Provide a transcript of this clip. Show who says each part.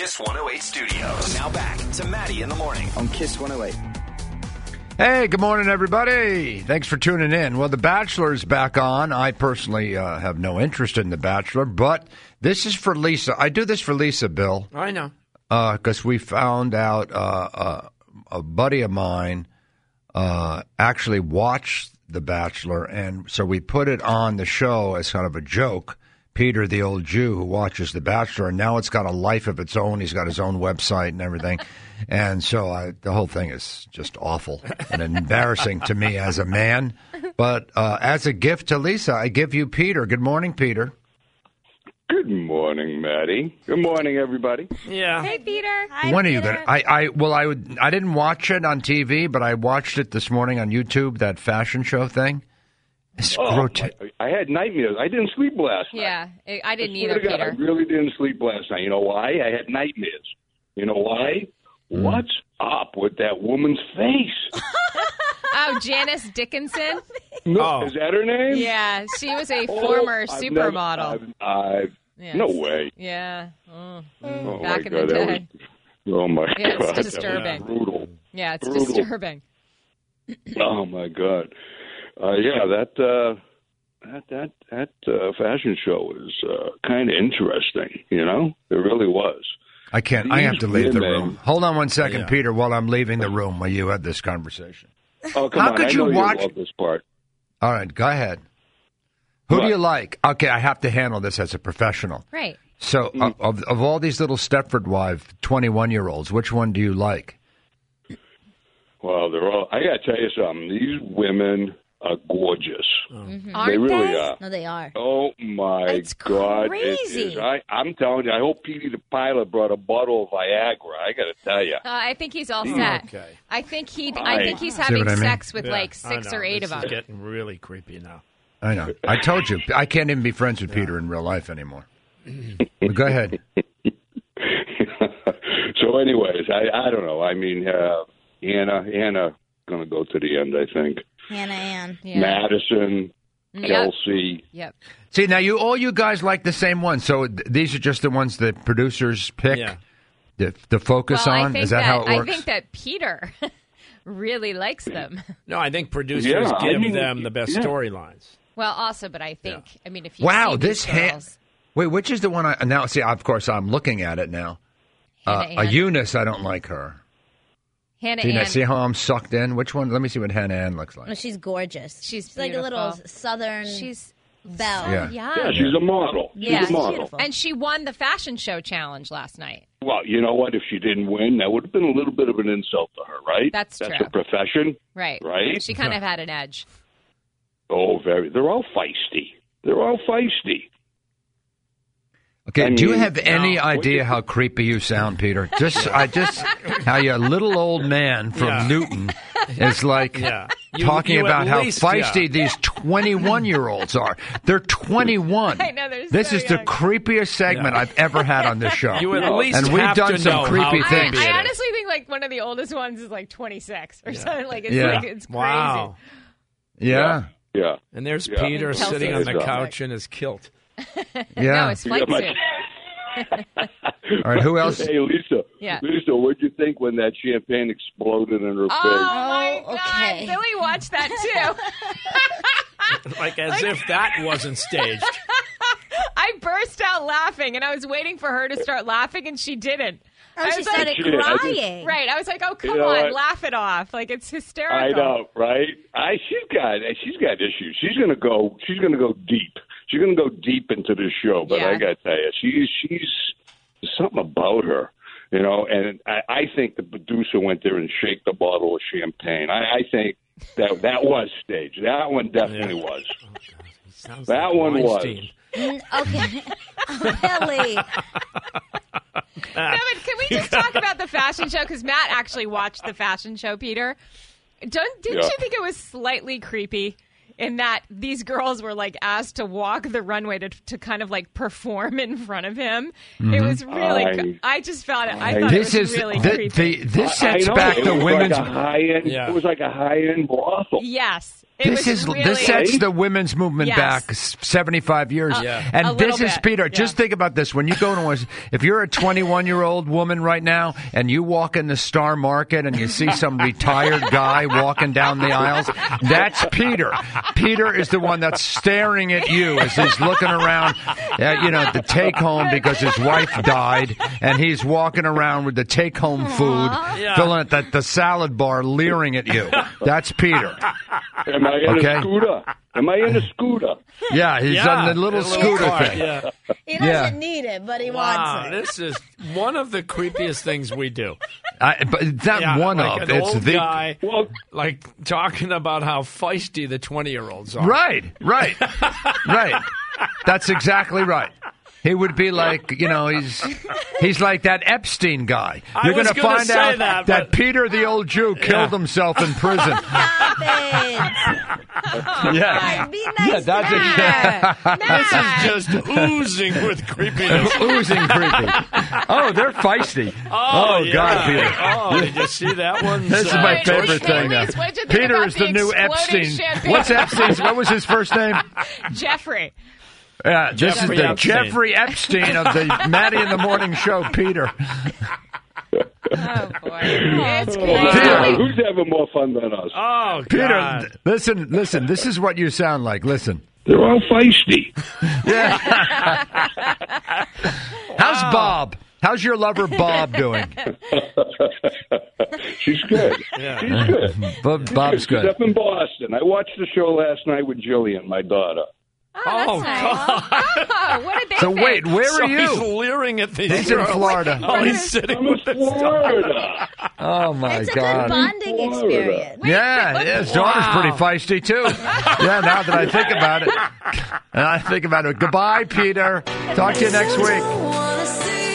Speaker 1: Kiss 108 Studios. Now back to Maddie in the morning.
Speaker 2: on Kiss 108.
Speaker 3: Hey, good morning, everybody. Thanks for tuning in. Well, The Bachelor is back on. I personally uh, have no interest in The Bachelor, but this is for Lisa. I do this for Lisa, Bill.
Speaker 4: I know.
Speaker 3: because we found out uh, uh, a buddy of mine uh, actually watched The Bachelor, and so we put it on the show as kind of a joke. Peter, the old Jew who watches The Bachelor, and now it's got a life of its own. He's got his own website and everything, and so I, the whole thing is just awful and embarrassing to me as a man. But uh, as a gift to Lisa, I give you Peter. Good morning, Peter.
Speaker 5: Good morning, Maddie. Good morning, everybody.
Speaker 4: Yeah.
Speaker 6: Hey, Peter. Hi,
Speaker 3: when are you gonna? I, I well, I would. I didn't watch it on TV, but I watched it this morning on YouTube. That fashion show thing. It's
Speaker 5: Oh,
Speaker 3: grote-
Speaker 5: I I had nightmares. I didn't sleep last night.
Speaker 6: Yeah, I- I didn't
Speaker 5: Swear
Speaker 6: either,
Speaker 5: to God,
Speaker 6: Peter.
Speaker 5: I really didn't sleep last night. You know why? I had nightmares. You know why? What's up with that woman's face?
Speaker 6: Oh, Janice Dickinson.
Speaker 5: No,
Speaker 4: Oh.
Speaker 5: is that her name?
Speaker 6: Yeah, she was a
Speaker 5: Oh,
Speaker 6: former
Speaker 5: I've never-
Speaker 6: supermodel.
Speaker 5: I've, I've,
Speaker 6: Yes.
Speaker 5: No way.
Speaker 6: Yeah. Mm.
Speaker 5: Oh
Speaker 6: Back
Speaker 5: my
Speaker 6: in the
Speaker 5: God, that was-
Speaker 6: day.
Speaker 5: oh my
Speaker 6: Yeah, it's
Speaker 5: God, that was
Speaker 6: disturbing.
Speaker 5: brutal.
Speaker 6: Yeah, it's
Speaker 5: Brutal.
Speaker 6: disturbing.
Speaker 5: Oh my God. Uh, yeah, that uh, that that that uh, fashion show was uh, kind of interesting. You know, it really was.
Speaker 3: I can't. I have to leave the
Speaker 5: These women.
Speaker 3: room. Hold on one second,
Speaker 4: Yeah.
Speaker 3: Peter, while I'm leaving the room while you had this conversation.
Speaker 5: Oh come
Speaker 3: How
Speaker 5: on!
Speaker 3: could
Speaker 5: I
Speaker 3: you
Speaker 5: know
Speaker 3: watch-
Speaker 5: you love this part.
Speaker 3: All right, go ahead. Who do
Speaker 5: What?
Speaker 3: you like? Okay, I have to handle this as a professional.
Speaker 6: Right.
Speaker 3: So, of- of, of all these little Stepford wife, twenty-one year olds, which one do you like?
Speaker 5: Well, they're all. I gotta tell you something. These women are gorgeous.
Speaker 3: Oh.
Speaker 6: Hmm. Aren't
Speaker 5: they really
Speaker 6: they?
Speaker 5: are.
Speaker 7: No, they are.
Speaker 5: Oh my
Speaker 7: It's
Speaker 5: God! it
Speaker 7: crazy.
Speaker 5: is. I, I'm telling you. I hope Petey the pilot brought a bottle of Viagra. I gotta tell you.
Speaker 6: Uh, I think he's all set.
Speaker 4: Okay.
Speaker 6: I think he. I
Speaker 5: Hi.
Speaker 6: think he's
Speaker 3: See
Speaker 6: having
Speaker 3: what I mean?
Speaker 6: sex with
Speaker 4: Yeah,
Speaker 6: like
Speaker 4: I
Speaker 6: six
Speaker 4: know.
Speaker 6: or eight
Speaker 4: This
Speaker 6: of
Speaker 4: is
Speaker 6: them.
Speaker 4: getting really creepy now.
Speaker 3: I know. I told you. I can't even be friends with Peter in real life anymore. But go ahead.
Speaker 5: so, anyways, I I don't know. I mean, uh, Anna Anna gonna go to the end. I think
Speaker 7: Hannah Ann.
Speaker 6: Yeah. Mm,
Speaker 5: Madison,
Speaker 6: Yep.
Speaker 5: Kelsey.
Speaker 6: Yep.
Speaker 3: See now, you all you guys like the same one, so th- these are just the ones that producers pick
Speaker 4: Yeah.
Speaker 3: to, to focus
Speaker 6: Well, I
Speaker 3: on.
Speaker 6: think
Speaker 3: Is that, how it
Speaker 6: I
Speaker 3: works?
Speaker 6: think that Peter really likes them.
Speaker 4: No, I think producers
Speaker 5: Yeah, I
Speaker 4: give
Speaker 5: mean,
Speaker 4: them the best
Speaker 5: yeah.
Speaker 4: storylines.
Speaker 6: Well, also, but I think I mean if you
Speaker 3: wow,
Speaker 6: see
Speaker 3: this
Speaker 6: these
Speaker 3: hand.
Speaker 6: girls-
Speaker 3: Wait, which is the one I now see? Of course, I'm looking at it now. Uh,
Speaker 6: Hannah
Speaker 3: a
Speaker 6: Ann.
Speaker 3: Eunice, I don't like her.
Speaker 6: Hannah
Speaker 3: See, now,
Speaker 6: Ann.
Speaker 3: see how I'm sucked in? Which one? Let me see what Hannah Ann looks like.
Speaker 7: No, Oh, she's gorgeous.
Speaker 6: She's
Speaker 7: like a little
Speaker 6: beautiful.
Speaker 7: southern
Speaker 6: she's
Speaker 7: belle.
Speaker 6: so
Speaker 3: Yeah.
Speaker 6: young.
Speaker 5: Yeah, she's a model.
Speaker 7: Yeah,
Speaker 5: she's a
Speaker 7: she's
Speaker 5: model.
Speaker 7: beautiful.
Speaker 6: And she won the fashion show challenge last night.
Speaker 5: Well, you know what? If she didn't win, that would have been a little bit of an insult to her, right?
Speaker 6: That's
Speaker 5: That's
Speaker 6: true.
Speaker 5: her profession.
Speaker 6: Right.
Speaker 5: Right?
Speaker 6: She kind of had an edge.
Speaker 5: Oh, very. They're all feisty. They're all feisty.
Speaker 3: Okay,
Speaker 5: I
Speaker 3: do you
Speaker 5: mean,
Speaker 3: have any
Speaker 5: no.
Speaker 3: idea how creepy you sound, Peter? Just, I just, how you little old man from
Speaker 4: Yeah.
Speaker 3: Newton is like
Speaker 4: Yeah. You-
Speaker 3: talking
Speaker 4: you at
Speaker 3: about how
Speaker 4: least,
Speaker 3: feisty
Speaker 4: yeah.
Speaker 3: these 21 year olds are. They're 21.
Speaker 6: I know, they're
Speaker 3: This
Speaker 6: so
Speaker 3: is the
Speaker 6: young.
Speaker 3: crepiest segment
Speaker 4: Yeah.
Speaker 3: I've ever had on this show.
Speaker 4: You at
Speaker 5: No.
Speaker 4: least
Speaker 3: And we've
Speaker 4: have
Speaker 3: done
Speaker 4: to
Speaker 3: some
Speaker 4: know
Speaker 3: creepy
Speaker 4: how
Speaker 3: things.
Speaker 4: creepy
Speaker 6: I, I
Speaker 4: it is.
Speaker 6: honestly think like one of the oldest ones is like 26 or something. Like it's
Speaker 3: Yeah.
Speaker 6: like it's crazy.
Speaker 4: Wow.
Speaker 3: yeah.
Speaker 5: Yeah.
Speaker 4: And there's
Speaker 5: Yeah.
Speaker 4: Peter
Speaker 5: Kelsey.
Speaker 4: sitting on the
Speaker 5: Yeah.
Speaker 4: couch in his kilt.
Speaker 3: Yeah.
Speaker 6: No, Oh, it's
Speaker 5: Yeah,
Speaker 6: flight
Speaker 5: my-
Speaker 6: suit.
Speaker 3: All right, who else?
Speaker 5: Hey, Lisa.
Speaker 6: Yeah.
Speaker 5: Lisa, what'd you think when that champagne exploded in her
Speaker 6: Oh,
Speaker 5: face?
Speaker 6: my
Speaker 7: Oh,
Speaker 6: God.
Speaker 7: okay.
Speaker 6: Billy watched that too.
Speaker 4: Like as if that wasn't staged.
Speaker 6: I burst out laughing and I was waiting for her to start laughing and she didn't. I
Speaker 7: Oh, she
Speaker 6: was like-
Speaker 7: started
Speaker 5: She did, I did.
Speaker 7: crying.
Speaker 6: Right. I was like, oh, come
Speaker 5: know
Speaker 6: on.
Speaker 5: what?
Speaker 6: Laugh it off. Like it's hysterical.
Speaker 5: I know, right? I she's got she's got issues. She's gonna go. She's gonna go deep. She's gonna go deep into this show. But I
Speaker 6: Yeah.
Speaker 5: gotta tell you, she's she's there's something about her, you know. And I, I think the producer went there and shake the bottle of champagne. I, I think that that was staged. That one definitely
Speaker 4: Yeah.
Speaker 5: was.
Speaker 4: Sounds
Speaker 5: That
Speaker 4: like
Speaker 5: one was.
Speaker 4: Weinstein.
Speaker 7: Mm, Okay. oh, really?
Speaker 6: No, but can we just talk about the fashion show? Because Matt actually watched the fashion show, Peter. Don't didn't
Speaker 5: Yeah.
Speaker 6: you think it was slightly creepy in that these girls were like asked to walk the runway to, to kind of like perform in front of him? It was really.
Speaker 5: I-
Speaker 6: I, just found it. I thought
Speaker 3: Mm-hmm. This
Speaker 6: it was
Speaker 3: is
Speaker 6: really
Speaker 3: thi-
Speaker 6: creepy.
Speaker 3: the, this
Speaker 5: I
Speaker 3: sets
Speaker 5: know,
Speaker 3: back
Speaker 5: it
Speaker 3: the
Speaker 5: was
Speaker 3: women's.
Speaker 5: Like a high end,
Speaker 4: Yeah.
Speaker 5: It was like a high end brothel.
Speaker 6: yes, It was
Speaker 3: this is
Speaker 6: really,
Speaker 3: this sets the women's movement
Speaker 6: Yes.
Speaker 3: back seventy five years,
Speaker 4: Yeah.
Speaker 6: a
Speaker 3: and this
Speaker 6: little
Speaker 3: is
Speaker 6: bit,
Speaker 3: Peter.
Speaker 6: yeah.
Speaker 3: Just think about this: when you go to a, if you're a twenty one year old woman right now, and you walk in the Star Market and you see some retired guy walking down the aisles, that's Peter. Peter is the one that's staring at you as he's looking around, uh, you know, the take home because his wife died, and he's walking around with the take home food,
Speaker 4: Yeah.
Speaker 3: filling it at the salad bar, leering at you. That's Peter.
Speaker 5: Am I in
Speaker 3: Okay.
Speaker 5: a scooter? Am I in a scooter?
Speaker 3: Yeah, he's
Speaker 4: yeah,
Speaker 3: on the little scooter
Speaker 4: car,
Speaker 3: thing.
Speaker 4: Yeah.
Speaker 7: He
Speaker 3: Yeah.
Speaker 7: doesn't need it, but he
Speaker 4: Wow,
Speaker 7: wants it.
Speaker 4: this is one of the creepiest things we do.
Speaker 3: I, but it's not
Speaker 4: Yeah,
Speaker 3: one
Speaker 4: like
Speaker 3: of
Speaker 4: an
Speaker 3: it's
Speaker 4: old
Speaker 3: the
Speaker 4: guy,
Speaker 5: Well,
Speaker 4: like talking about how feisty the twenty-year-olds are.
Speaker 3: right, right, right. That's exactly right. He would be like, you know, he's he's like that Epstein guy.
Speaker 4: I
Speaker 3: You're
Speaker 4: was
Speaker 3: gonna
Speaker 4: gonna
Speaker 3: find
Speaker 4: say
Speaker 3: out
Speaker 4: that, but-
Speaker 3: Peter the old Jew killed himself in prison.
Speaker 7: Stop it.
Speaker 3: yeah.
Speaker 7: Be nice
Speaker 3: Yeah, that's
Speaker 7: to
Speaker 3: a-
Speaker 7: her.
Speaker 4: This is just oozing with creepiness.
Speaker 3: Oozing creepy. Oh, they're feisty. Oh,
Speaker 4: yeah.
Speaker 3: God, Peter.
Speaker 4: Oh, did you see that one?
Speaker 3: This is
Speaker 4: Uh,
Speaker 3: my
Speaker 6: Wait,
Speaker 3: favorite
Speaker 6: wait,
Speaker 3: thing.
Speaker 6: wait,
Speaker 3: now.
Speaker 6: wait, what'd you think
Speaker 3: Peter
Speaker 6: about
Speaker 3: is
Speaker 6: the
Speaker 3: the new
Speaker 6: exploding
Speaker 3: Epstein.
Speaker 6: champagne?
Speaker 3: What's Epstein's? What was his first name?
Speaker 6: Jeffrey.
Speaker 3: Yeah, this
Speaker 4: Jeffrey
Speaker 3: is the
Speaker 4: Epstein.
Speaker 3: Jeffrey Epstein of the Maddie in the Morning Show, Peter.
Speaker 6: Oh boy, it's
Speaker 5: wow.
Speaker 6: crazy.
Speaker 5: who's having more fun than us?
Speaker 4: Oh,
Speaker 3: Peter,
Speaker 4: God.
Speaker 3: th- listen, listen. This is what you sound like. Listen.
Speaker 5: They're all feisty.
Speaker 3: How's Bob? How's your lover Bob doing?
Speaker 5: She's good. She's good.
Speaker 3: Bob, Bob's
Speaker 5: She's
Speaker 3: good.
Speaker 5: up in Boston. I watched the show last night with Jillian, my daughter.
Speaker 4: Oh, God.
Speaker 6: Oh, what did they
Speaker 3: So
Speaker 6: think?
Speaker 3: wait, where
Speaker 4: So
Speaker 3: are
Speaker 4: He's
Speaker 3: you?
Speaker 4: leering at these
Speaker 3: He's in
Speaker 4: girls.
Speaker 3: Florida.
Speaker 4: Oh, he's
Speaker 5: I'm
Speaker 4: sitting
Speaker 5: in
Speaker 4: with his
Speaker 5: Florida.
Speaker 3: Oh my
Speaker 7: It's a good
Speaker 3: God.
Speaker 7: bonding experience.
Speaker 3: Yeah, yeah, his daughter's
Speaker 4: Wow.
Speaker 3: pretty feisty too. Yeah, now that I think about it, and I think about it. Goodbye, Peter. Talk to you next week.
Speaker 7: One.